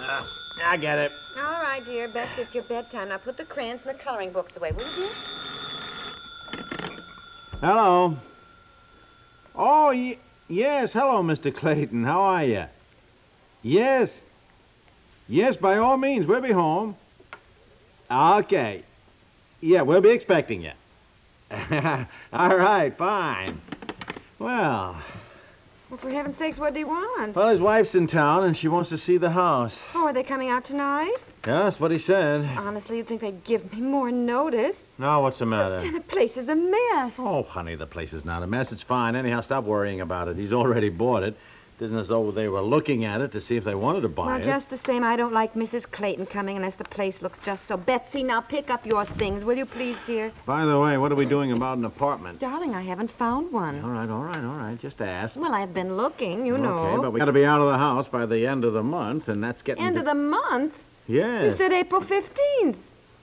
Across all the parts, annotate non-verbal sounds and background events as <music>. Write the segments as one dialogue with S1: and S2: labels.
S1: Ah, I get it.
S2: All right, dear. Best it's your bedtime. Now put the crayons and the coloring books away, will you?
S1: Hello. Oh, y- yes. Hello, Mr. Clayton. How are you? Yes. Yes, by all means, we'll be home. Okay. Yeah, we'll be expecting you. <laughs> all right, fine. Well,
S2: Well, for heaven's sakes, what do you want?
S1: well, his wife's in town and she wants to see the house.
S2: Oh, are they coming out tonight?
S1: Yeah, that's what he said.
S2: Honestly, you'd think they'd give me more notice.
S1: Now, what's the
S2: Dear,
S1: matter?
S2: The place is a mess.
S1: Oh, honey, the place is not a mess. It's fine. Anyhow, stop worrying about it. He's already bought it. It isn't as though they were looking at it to see if they wanted to buy
S2: Well,
S1: it.
S2: just the same, I don't like Mrs. Clayton coming unless the place looks just so. Betsy, now pick up your things, will you please, dear?
S1: By the way, what are we doing about an apartment?
S2: Darling, I haven't found one.
S1: All right, all right, all right. Just ask.
S2: Well, I've been looking, you know.
S1: Okay, but we got to be out of the house by the end of the month, and that's getting.
S2: End
S1: to-
S2: of the month?
S1: Yes.
S2: You said April 15th.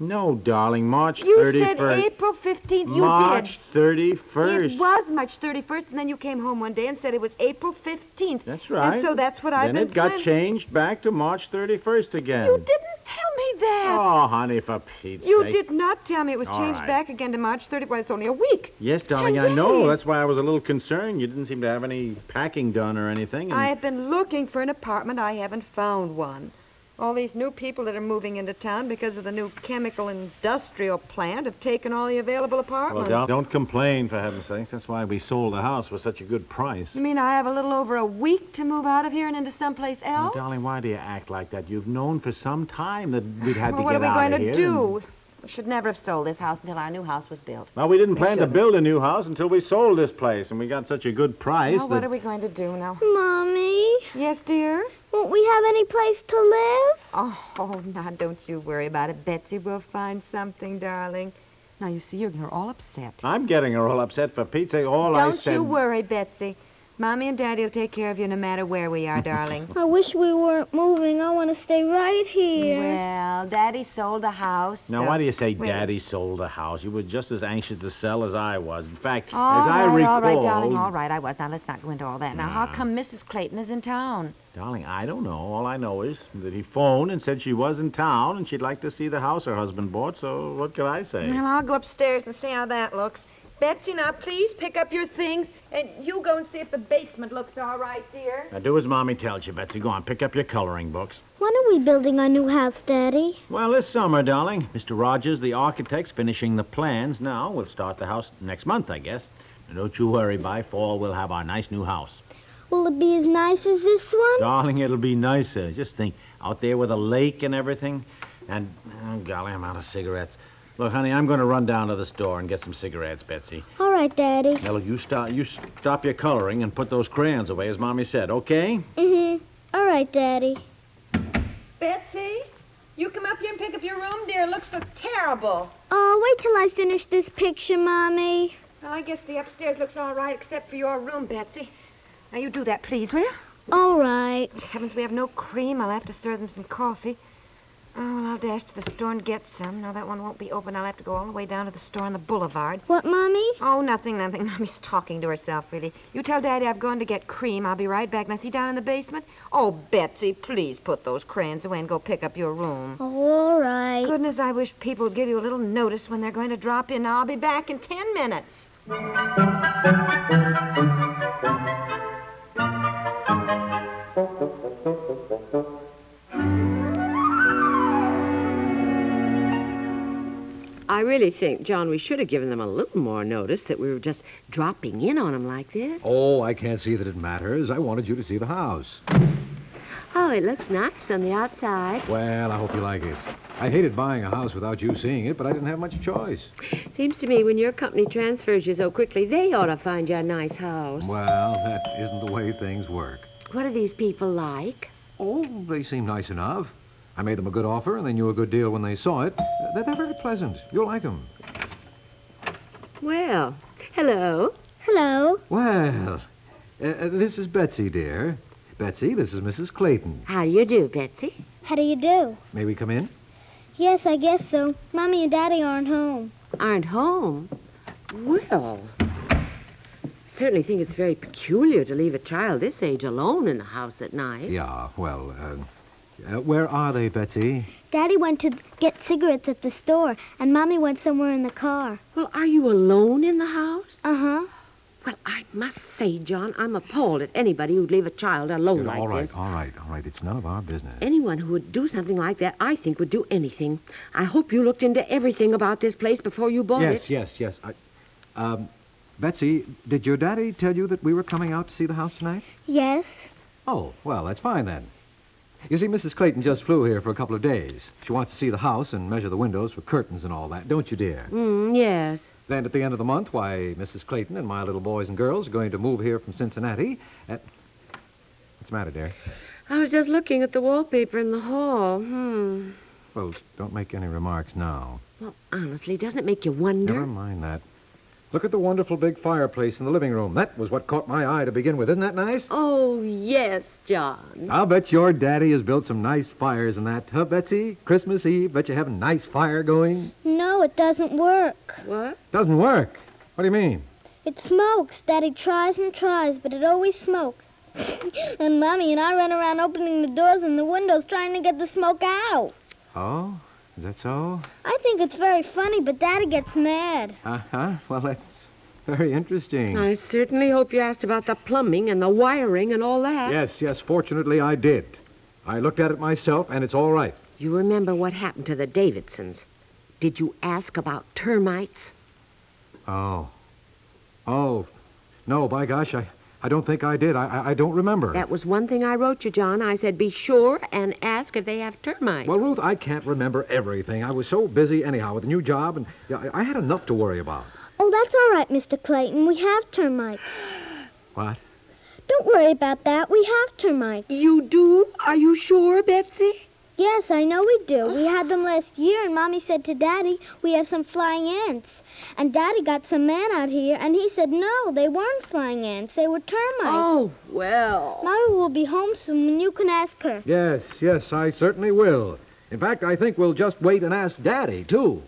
S1: No, darling. March
S2: You
S1: 31st.
S2: said April 15th. You
S1: March
S2: did.
S1: 31st.
S2: It was March 31st, and then you came home one day and said it was April 15th.
S1: That's right.
S2: And so that's what I've
S1: Then
S2: been
S1: it got
S2: planning.
S1: changed back to March 31st again.
S2: You didn't tell me that.
S1: Oh, honey, for Pete's
S2: you
S1: sake.
S2: did not tell me it was
S1: All
S2: changed
S1: right.
S2: back again to March 31st. Well, it's only a week.
S1: Yes, darling,
S2: Ten
S1: I know.
S2: days.
S1: That's why I was a little concerned. You didn't seem to have any packing done or anything. and-
S2: I have been looking for an apartment. I haven't found one. All these new people that are moving into town because of the new chemical industrial plant have taken all the available
S1: Well,
S2: apartments.
S1: don't, don't complain, for heaven's sakes. That's why we sold the house for such a good price.
S2: you mean I have a little over a week to move out of here and into someplace
S1: Now,
S2: else?
S1: darling, why do you act like that? You've known for some time that we'd had
S2: <laughs> Well,
S1: to
S2: what
S1: get
S2: are we
S1: out
S2: going
S1: of
S2: to
S1: here.
S2: do? We should never have sold this house until our new house was built.
S1: Well, we didn't plan to build a new house until we sold this place, and we got such a good price
S2: Now,
S1: that...
S2: what are we going to do now?
S3: Mommy,
S2: Yes, dear?
S3: won't we have any place to live?
S2: Oh, <laughs> oh, now don't you worry about it, Betsy. We'll find something, darling. Now, you see, you're, you're all upset.
S1: I'm getting her all upset for Pete's sake. All I
S2: don't
S1: said...
S2: you worry, Betsy. Mommy and Daddy will take care of you no matter where we are, darling.
S3: I wish we weren't moving. I want to stay right here.
S2: Well, Daddy sold the house.
S1: Now, why do you say
S2: Wait.
S1: Daddy sold the house? You were just as anxious to sell as I was. In fact,
S2: All
S1: as I
S2: right,
S1: recall...
S2: all right, darling, all right, I was. Now, let's not go into all that. Now, how come Mrs. Clayton is in town?
S1: Darling, I don't know. All I know is that he phoned and said she was in town and she'd like to see the house her husband bought, so what could I say?
S2: Well, I'll go upstairs and see how that looks. Betsy, now please pick up your things, and you go and see if the basement looks all right, dear.
S1: Now, do as Mommy tells you, Betsy. Go on, pick up your coloring books.
S3: When are we building our new house, Daddy?
S1: Well, this summer, darling, Mr. Rogers, the architect's finishing the plans now. We'll start the house next month, I guess. Now, don't you worry. By fall, we'll have our nice new house.
S3: Will it be as nice as this one?
S1: Darling, it'll be nicer. Just think, out there with a lake and everything. And, oh, golly, I'm out of cigarettes. Look, honey, I'm going to run down to the store and get some cigarettes, Betsy.
S3: All right, Daddy.
S1: Now, look, you stop, you stop your coloring and put those crayons away, as Mommy said, okay?
S3: Mm-hmm. All right, Daddy.
S2: Betsy, you come up here and pick up your room, dear. It looks so terrible.
S3: Oh, wait till I finish this picture, Mommy.
S2: Well, I guess the upstairs looks all right except for your room, Betsy. Now, you do that, please, will you?
S3: All right.
S2: Heavens, we have no cream. I'll have to serve them some coffee. Oh, well, I'll dash to the store and get some. Now, that one won't be open. I'll have to go all the way down to the store on the boulevard.
S3: What, Mommy?
S2: Oh, nothing, nothing. <laughs> Mommy's talking to herself, really. You tell Daddy I've gone to get cream. I'll be right back. Now, see down in the basement? Oh, Betsy, please put those crayons away and go pick up your room.
S3: Oh, all right.
S2: Goodness, I wish people would give you a little notice when they're going to drop in. Now, I'll be back in ten minutes.
S4: I really think, John, we should have given them a little more notice that we were just dropping in on them like this.
S5: Oh, I can't see that it matters. I wanted you to see the house.
S4: Oh, it looks nice on the outside.
S5: Well, I hope you like it. I hated buying a house without you seeing it, but I didn't have much choice.
S4: Seems to me when your company transfers you so quickly, they ought to find you a nice house.
S5: Well, that isn't the way things work.
S4: What are these people like?
S5: Oh, they seem nice enough.
S1: I made them a good offer, and they knew a good deal when they saw it. Uh, They're, they're very pleasant. You'll like them.
S4: Well, hello.
S3: Hello.
S1: Well, uh, uh, this is Betsy, dear. Betsy, this is Mrs. Clayton.
S4: How do you do, Betsy?
S3: How do you do?
S1: May we come in?
S3: Yes, I guess so. Mommy and Daddy aren't home.
S4: Aren't home? Well, certainly think it's very peculiar to leave a child this age alone in the house at night.
S1: Yeah, well, uh, uh, where are they, Betsy?
S3: Daddy went to get cigarettes at the store, and Mommy went somewhere in the car.
S4: Well, are you alone in the house?
S3: Uh huh.
S4: Well, I must say, John, I'm appalled at anybody who'd leave a child alone like
S1: all right,
S4: this.
S1: all right, all right. It's none of our business.
S4: Anyone who would do something like that, I think, would do anything. I hope you looked into everything about this place before you bought
S1: yes,
S4: it.
S1: yes, yes. I, um, Betsy, did your daddy tell you that we were coming out to see the house tonight?
S3: Yes.
S1: Oh, well, that's fine then. You see, Mrs. Clayton just flew here for a couple of days. She wants to see the house and measure the windows for curtains and all that, don't you, dear?
S4: Mm, yes.
S1: Then at the end of the month, why, Mrs. Clayton and my little boys and girls are going to move here from Cincinnati. At... What's the matter, dear?
S4: I was just looking at the wallpaper in the hall. Hmm.
S1: Well, don't make any remarks now.
S4: Well, honestly, doesn't it make you wonder?
S1: Never mind that. Look at the wonderful big fireplace in the living room. That was what caught my eye to begin with. Isn't that nice?
S4: Oh, yes, John.
S1: I'll bet your daddy has built some nice fires in that, huh, Betsy? Christmas Eve, bet you have a nice fire going.
S3: No, it doesn't work.
S4: What?
S1: Doesn't work. What do you mean?
S3: It smokes. Daddy tries and tries, but it always smokes. <laughs> and Mommy and I run around opening the doors and the windows trying to get the smoke out.
S1: Oh, is that so?
S3: I think it's very funny, but Daddy gets mad.
S1: Uh-huh. Well, that's very interesting.
S4: I certainly hope you asked about the plumbing and the wiring and all that.
S1: Yes, yes, fortunately I did. I looked at it myself, and it's all right.
S4: You remember what happened to the Davidsons. Did you ask about termites?
S1: Oh. Oh. No, by gosh, I, I don't think I did. I, I, I don't remember.
S4: That was one thing I wrote you, John. I said, be sure and ask if they have termites.
S1: Well, Ruth, I can't remember everything. I was so busy, anyhow, with a new job, and yeah, I I had enough to worry about.
S3: Oh, that's all right, Mr. Clayton. We have termites.
S1: What?
S3: Don't worry about that. We have termites.
S4: you do? Are you sure, Betsy?
S3: Yes, I know we do. We had them last year, and Mommy said to Daddy, we have some flying ants. And Daddy got some man out here, and he said, no, they weren't flying ants. They were termites.
S4: Oh, well.
S3: Mommy will be home soon, and you can ask her.
S1: Yes, yes, I certainly will. In fact, I think we'll just wait and ask Daddy, too.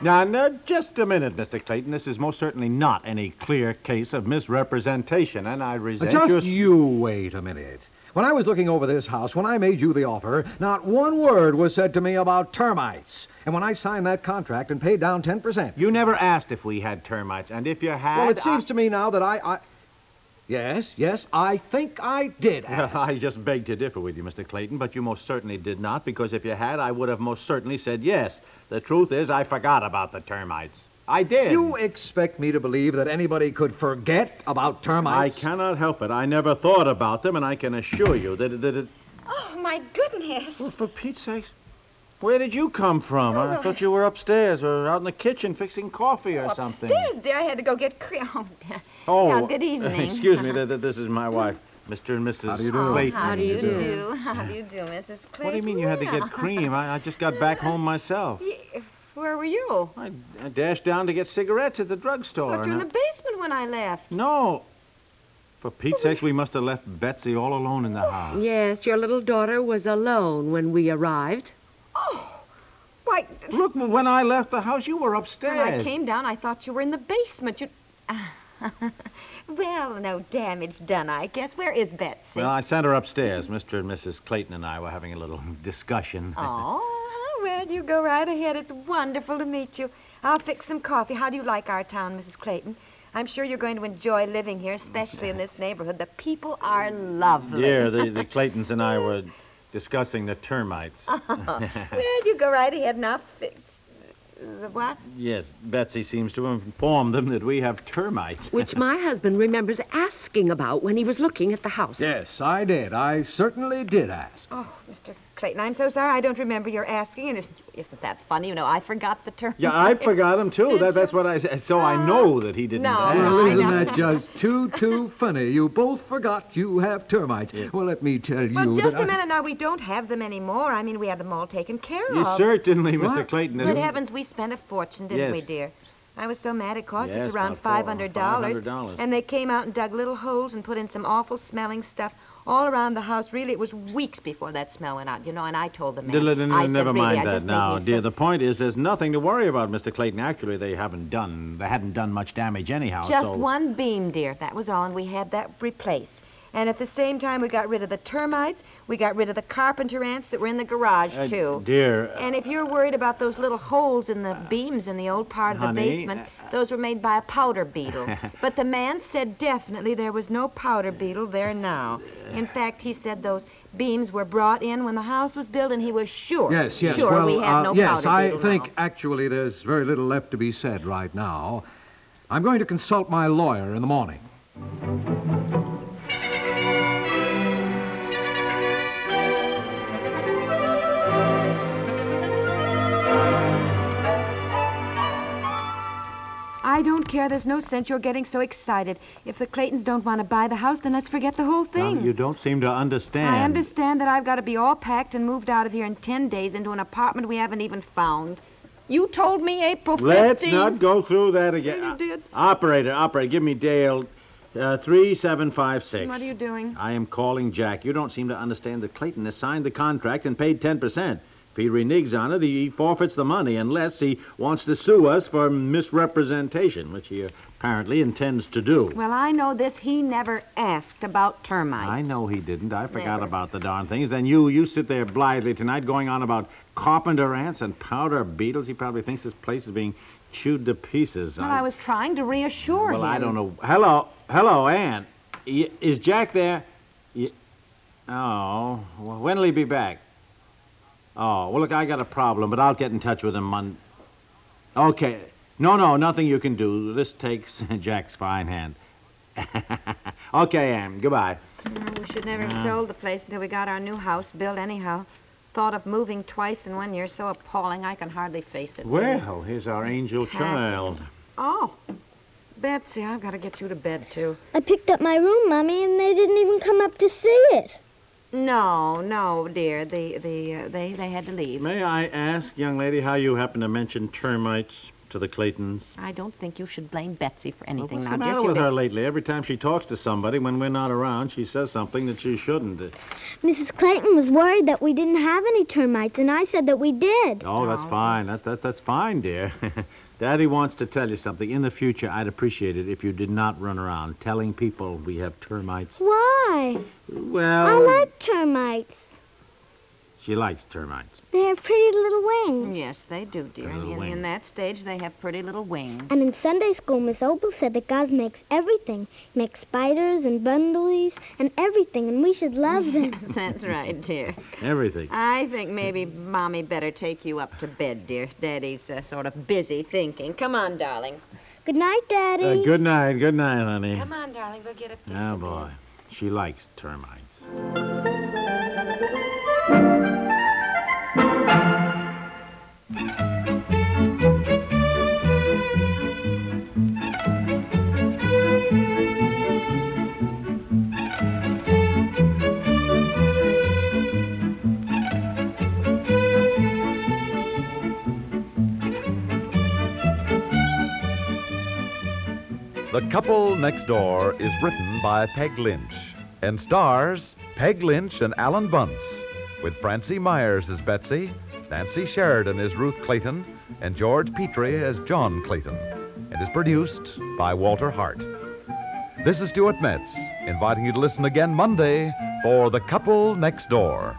S6: Now, now, just a minute, Mr. Clayton. This is most certainly not any clear case of misrepresentation, and I resent your...
S1: just you wait a minute. When I was looking over this house, when I made you the offer, not one word was said to me about termites. And when I signed that contract and paid down 10%.
S6: You never asked if we had termites, and if you had...
S1: Well, it seems to me now that I, I. Yes, yes, I think I <laughs> did
S6: I...
S1: ask.
S6: I <laughs> just beg to differ with you, Mr. Clayton, but you most certainly did not, because if you had, I would have most certainly said yes. The truth is, I forgot about the termites. I did.
S1: You expect me to believe that anybody could forget about
S6: I
S1: termites?
S6: cannot help it. I never thought about them, and I can assure you that... that it...
S7: Oh, my goodness.
S6: Well, for Pete's sake, where did you come from? I thought you were upstairs or out in the kitchen fixing coffee
S1: Oh,
S6: or something.
S7: Upstairs, dear. I had to go get cream. Oh,
S6: Oh,
S7: Yeah, good evening.
S6: excuse
S7: <laughs>
S6: me. Th- th- this is my wife, Mr. and Mrs.
S1: How do you do?
S6: Clayton.
S7: how do
S1: you
S7: you
S1: do.
S7: do? How do you do, Mrs. Clayton?
S6: What do you mean you had to get cream? I, I just got back home myself.
S7: Y- Where were you?
S6: I, I dashed down to get cigarettes at the drugstore.
S7: Thought you were in the
S6: and
S7: basement when I left.
S6: I- No. For Pete's sake, we must have left Betsy all alone in the house.
S4: Yes, your little daughter was alone when we arrived.
S7: Why,
S6: Look, when I left the house, you were upstairs.
S7: when I came down, I thought you were in the basement. You. <laughs> well, no damage done, I guess. Where is Betsy?
S6: Well, I sent her upstairs. Mr. and Mrs. Clayton and I were having a little <laughs> discussion.
S7: Oh, well, you go right ahead. It's wonderful to meet you. I'll fix some coffee. How do you like our town, Mrs. Clayton? I'm sure you're going to enjoy living here, especially in this neighborhood. The people are lovely.
S6: <laughs> Yeah, the, the Claytons and I were discussing the
S7: <laughs>
S6: termites.
S7: Well, you go right ahead and I'll fix the what?
S6: Yes, Betsy seems to have informed them that we have termites.
S4: Which my husband remembers asking about when he was looking at the house.
S1: Yes, I did. I certainly did ask.
S7: Oh, Mr.
S2: Clayton. I'm so sorry I don't remember your asking. And it's- isn't that funny? You know, I forgot the term.
S6: Yeah, I forgot him, too.
S2: Did
S6: That, that's
S2: you?
S6: what I said. So I know that he didn't
S2: Uh, no.
S6: ask.
S1: Well,
S2: I
S1: isn't
S2: know.
S1: that just too, too <laughs> funny? You both forgot you have termites. Well, let me tell you.
S2: Well, just
S1: that
S2: a
S1: I-
S2: minute now. We don't have them anymore. I mean, we had them all taken care
S6: You
S2: of.
S6: certainly, Mr.
S1: What?
S6: Clayton.
S2: Good
S6: is-
S2: heavens, we spent a fortune, didn't
S6: Yes.
S2: we, dear? I was so mad it cost
S6: Yes,
S2: us around
S6: about four-
S2: five hundred dollars.
S6: $500.
S2: And they came out and dug little holes and put in some awful smelling stuff all around the house. Really, it was weeks before that smell went out, you know. And I told the man.
S6: Diddle- diddle-
S2: I said,
S6: Never
S2: really, I
S6: mind that
S2: just made me
S6: now,
S2: so-
S6: dear. The point is, there's nothing to worry about, Mr. Clayton. Actually, they haven't done, they hadn't done much damage anyhow.
S2: Just
S6: so
S2: one beam, dear. That was all, and we had that replaced. And at the same time, we got rid of the termites. We got rid of the carpenter ants that were in the garage,
S6: Uh,
S2: too.
S6: Dear, uh,
S2: And if you're worried about those little holes in
S1: Uh,
S2: the beams in the old part of the
S6: honey,
S2: basement, those were made by a
S1: <laughs>
S2: powder beetle. but the man said definitely there was no powder beetle
S1: <laughs>
S2: there now. In fact, he said those beams were brought in when the house was built, and he was sure.
S1: Yes, yes.
S2: Sure,
S1: well,
S2: we had
S1: uh,
S2: no
S1: yes,
S2: powder
S1: I
S2: beetle
S1: think
S2: now.
S1: actually there's very little left to be said right now. I'm going to consult my lawyer in the morning.
S2: I don't care. There's no sense you're getting so excited. If the Claytons don't want to buy the house, then let's forget the whole
S6: now,
S2: thing.
S1: Um,
S6: you don't seem to understand.
S2: I understand that I've got to be all packed and moved out of here in ten days into an apartment we haven't even found. You told me April 15th.
S6: Let's not go through that again.
S2: you did.
S6: Operator, operator, give me Dale uh, 3756.
S2: What are you doing?
S6: I am calling Jack. You don't seem to understand that Clayton has signed the contract and paid 10%. If he reneges on it, he forfeits the money unless he wants to sue us for misrepresentation, which he apparently intends to do.
S2: Well, I know this. He never asked about termites.
S6: I know he didn't. I forgot
S2: Never.
S6: about the darn things. Then you you sit there blithely tonight going on about carpenter ants and powder beetles. He probably thinks this place is being chewed to pieces.
S2: Well, I was trying to reassure him.
S6: Well, I don't know. Hello, hello, Ann. Y- is Jack there? Y- oh, well, when'll he be back? Oh, well, look, I got a problem, but I'll get in touch with him Monday. Okay. No, no, nothing you can do. This takes <laughs> Jack's fine hand. <laughs> okay, Ann. Goodbye.
S2: Mm, We should never have sold the place until we got our new house built anyhow. Thought of moving twice in one year is so appalling I can hardly face it.
S6: Well, here's our angel child.
S2: Oh, Betsy, I've got to get you to bed, too.
S3: I picked up my room, Mommy, and they didn't even come up to see it.
S2: No, no, dear. The, the, uh, they, they had to leave.
S6: May I ask, young lady, how you happen to mention termites to the Claytons?
S2: I don't think you should blame Betsy for
S6: Well,
S2: anything
S6: what's
S2: now,
S6: the
S2: dear.
S6: matter
S2: She
S6: with
S2: did-
S6: her lately? Every time she talks to somebody, when we're not around, she says something that she shouldn't.
S3: Mrs. Clayton was worried that we didn't have any termites, and I said that we did.
S6: Oh, that's
S2: Oh.
S6: fine. That, that, that's fine, dear. <laughs> Daddy wants to tell you something. In the future, I'd appreciate it if you did not run around telling people we have termites.
S3: Why? I
S6: Well,
S3: like termites.
S6: she likes termites.
S3: They have pretty little
S2: <laughs>
S3: wings.
S2: Yes, they do, dear.
S6: Pretty little
S2: In, in
S6: wings.
S2: that stage, they have pretty little
S6: <laughs>
S2: wings.
S3: And in Sunday school, Miss Opal said that God makes everything. He makes spiders and bundles and everything, and we should love them.
S2: <laughs>
S6: <laughs>
S2: That's right, dear.
S6: Everything.
S2: I think maybe Mommy better take you up to bed, dear. Daddy's uh, sort of busy thinking. Come on, darling.
S3: Good night, Daddy.
S6: Uh, good night. Good night, honey.
S7: Come on, darling, we'll get a kiss.
S6: Oh, boy. She likes termites.
S8: The Couple Next Door is written by Peg Lynch and stars Peg Lynch and Alan Bunce, with Francie Myers as Betsy, Nancy Sheridan as Ruth Clayton, and George Petrie as John Clayton, and is produced by Walter Hart. This is Stuart Metz, inviting you to listen again Monday for The Couple Next Door.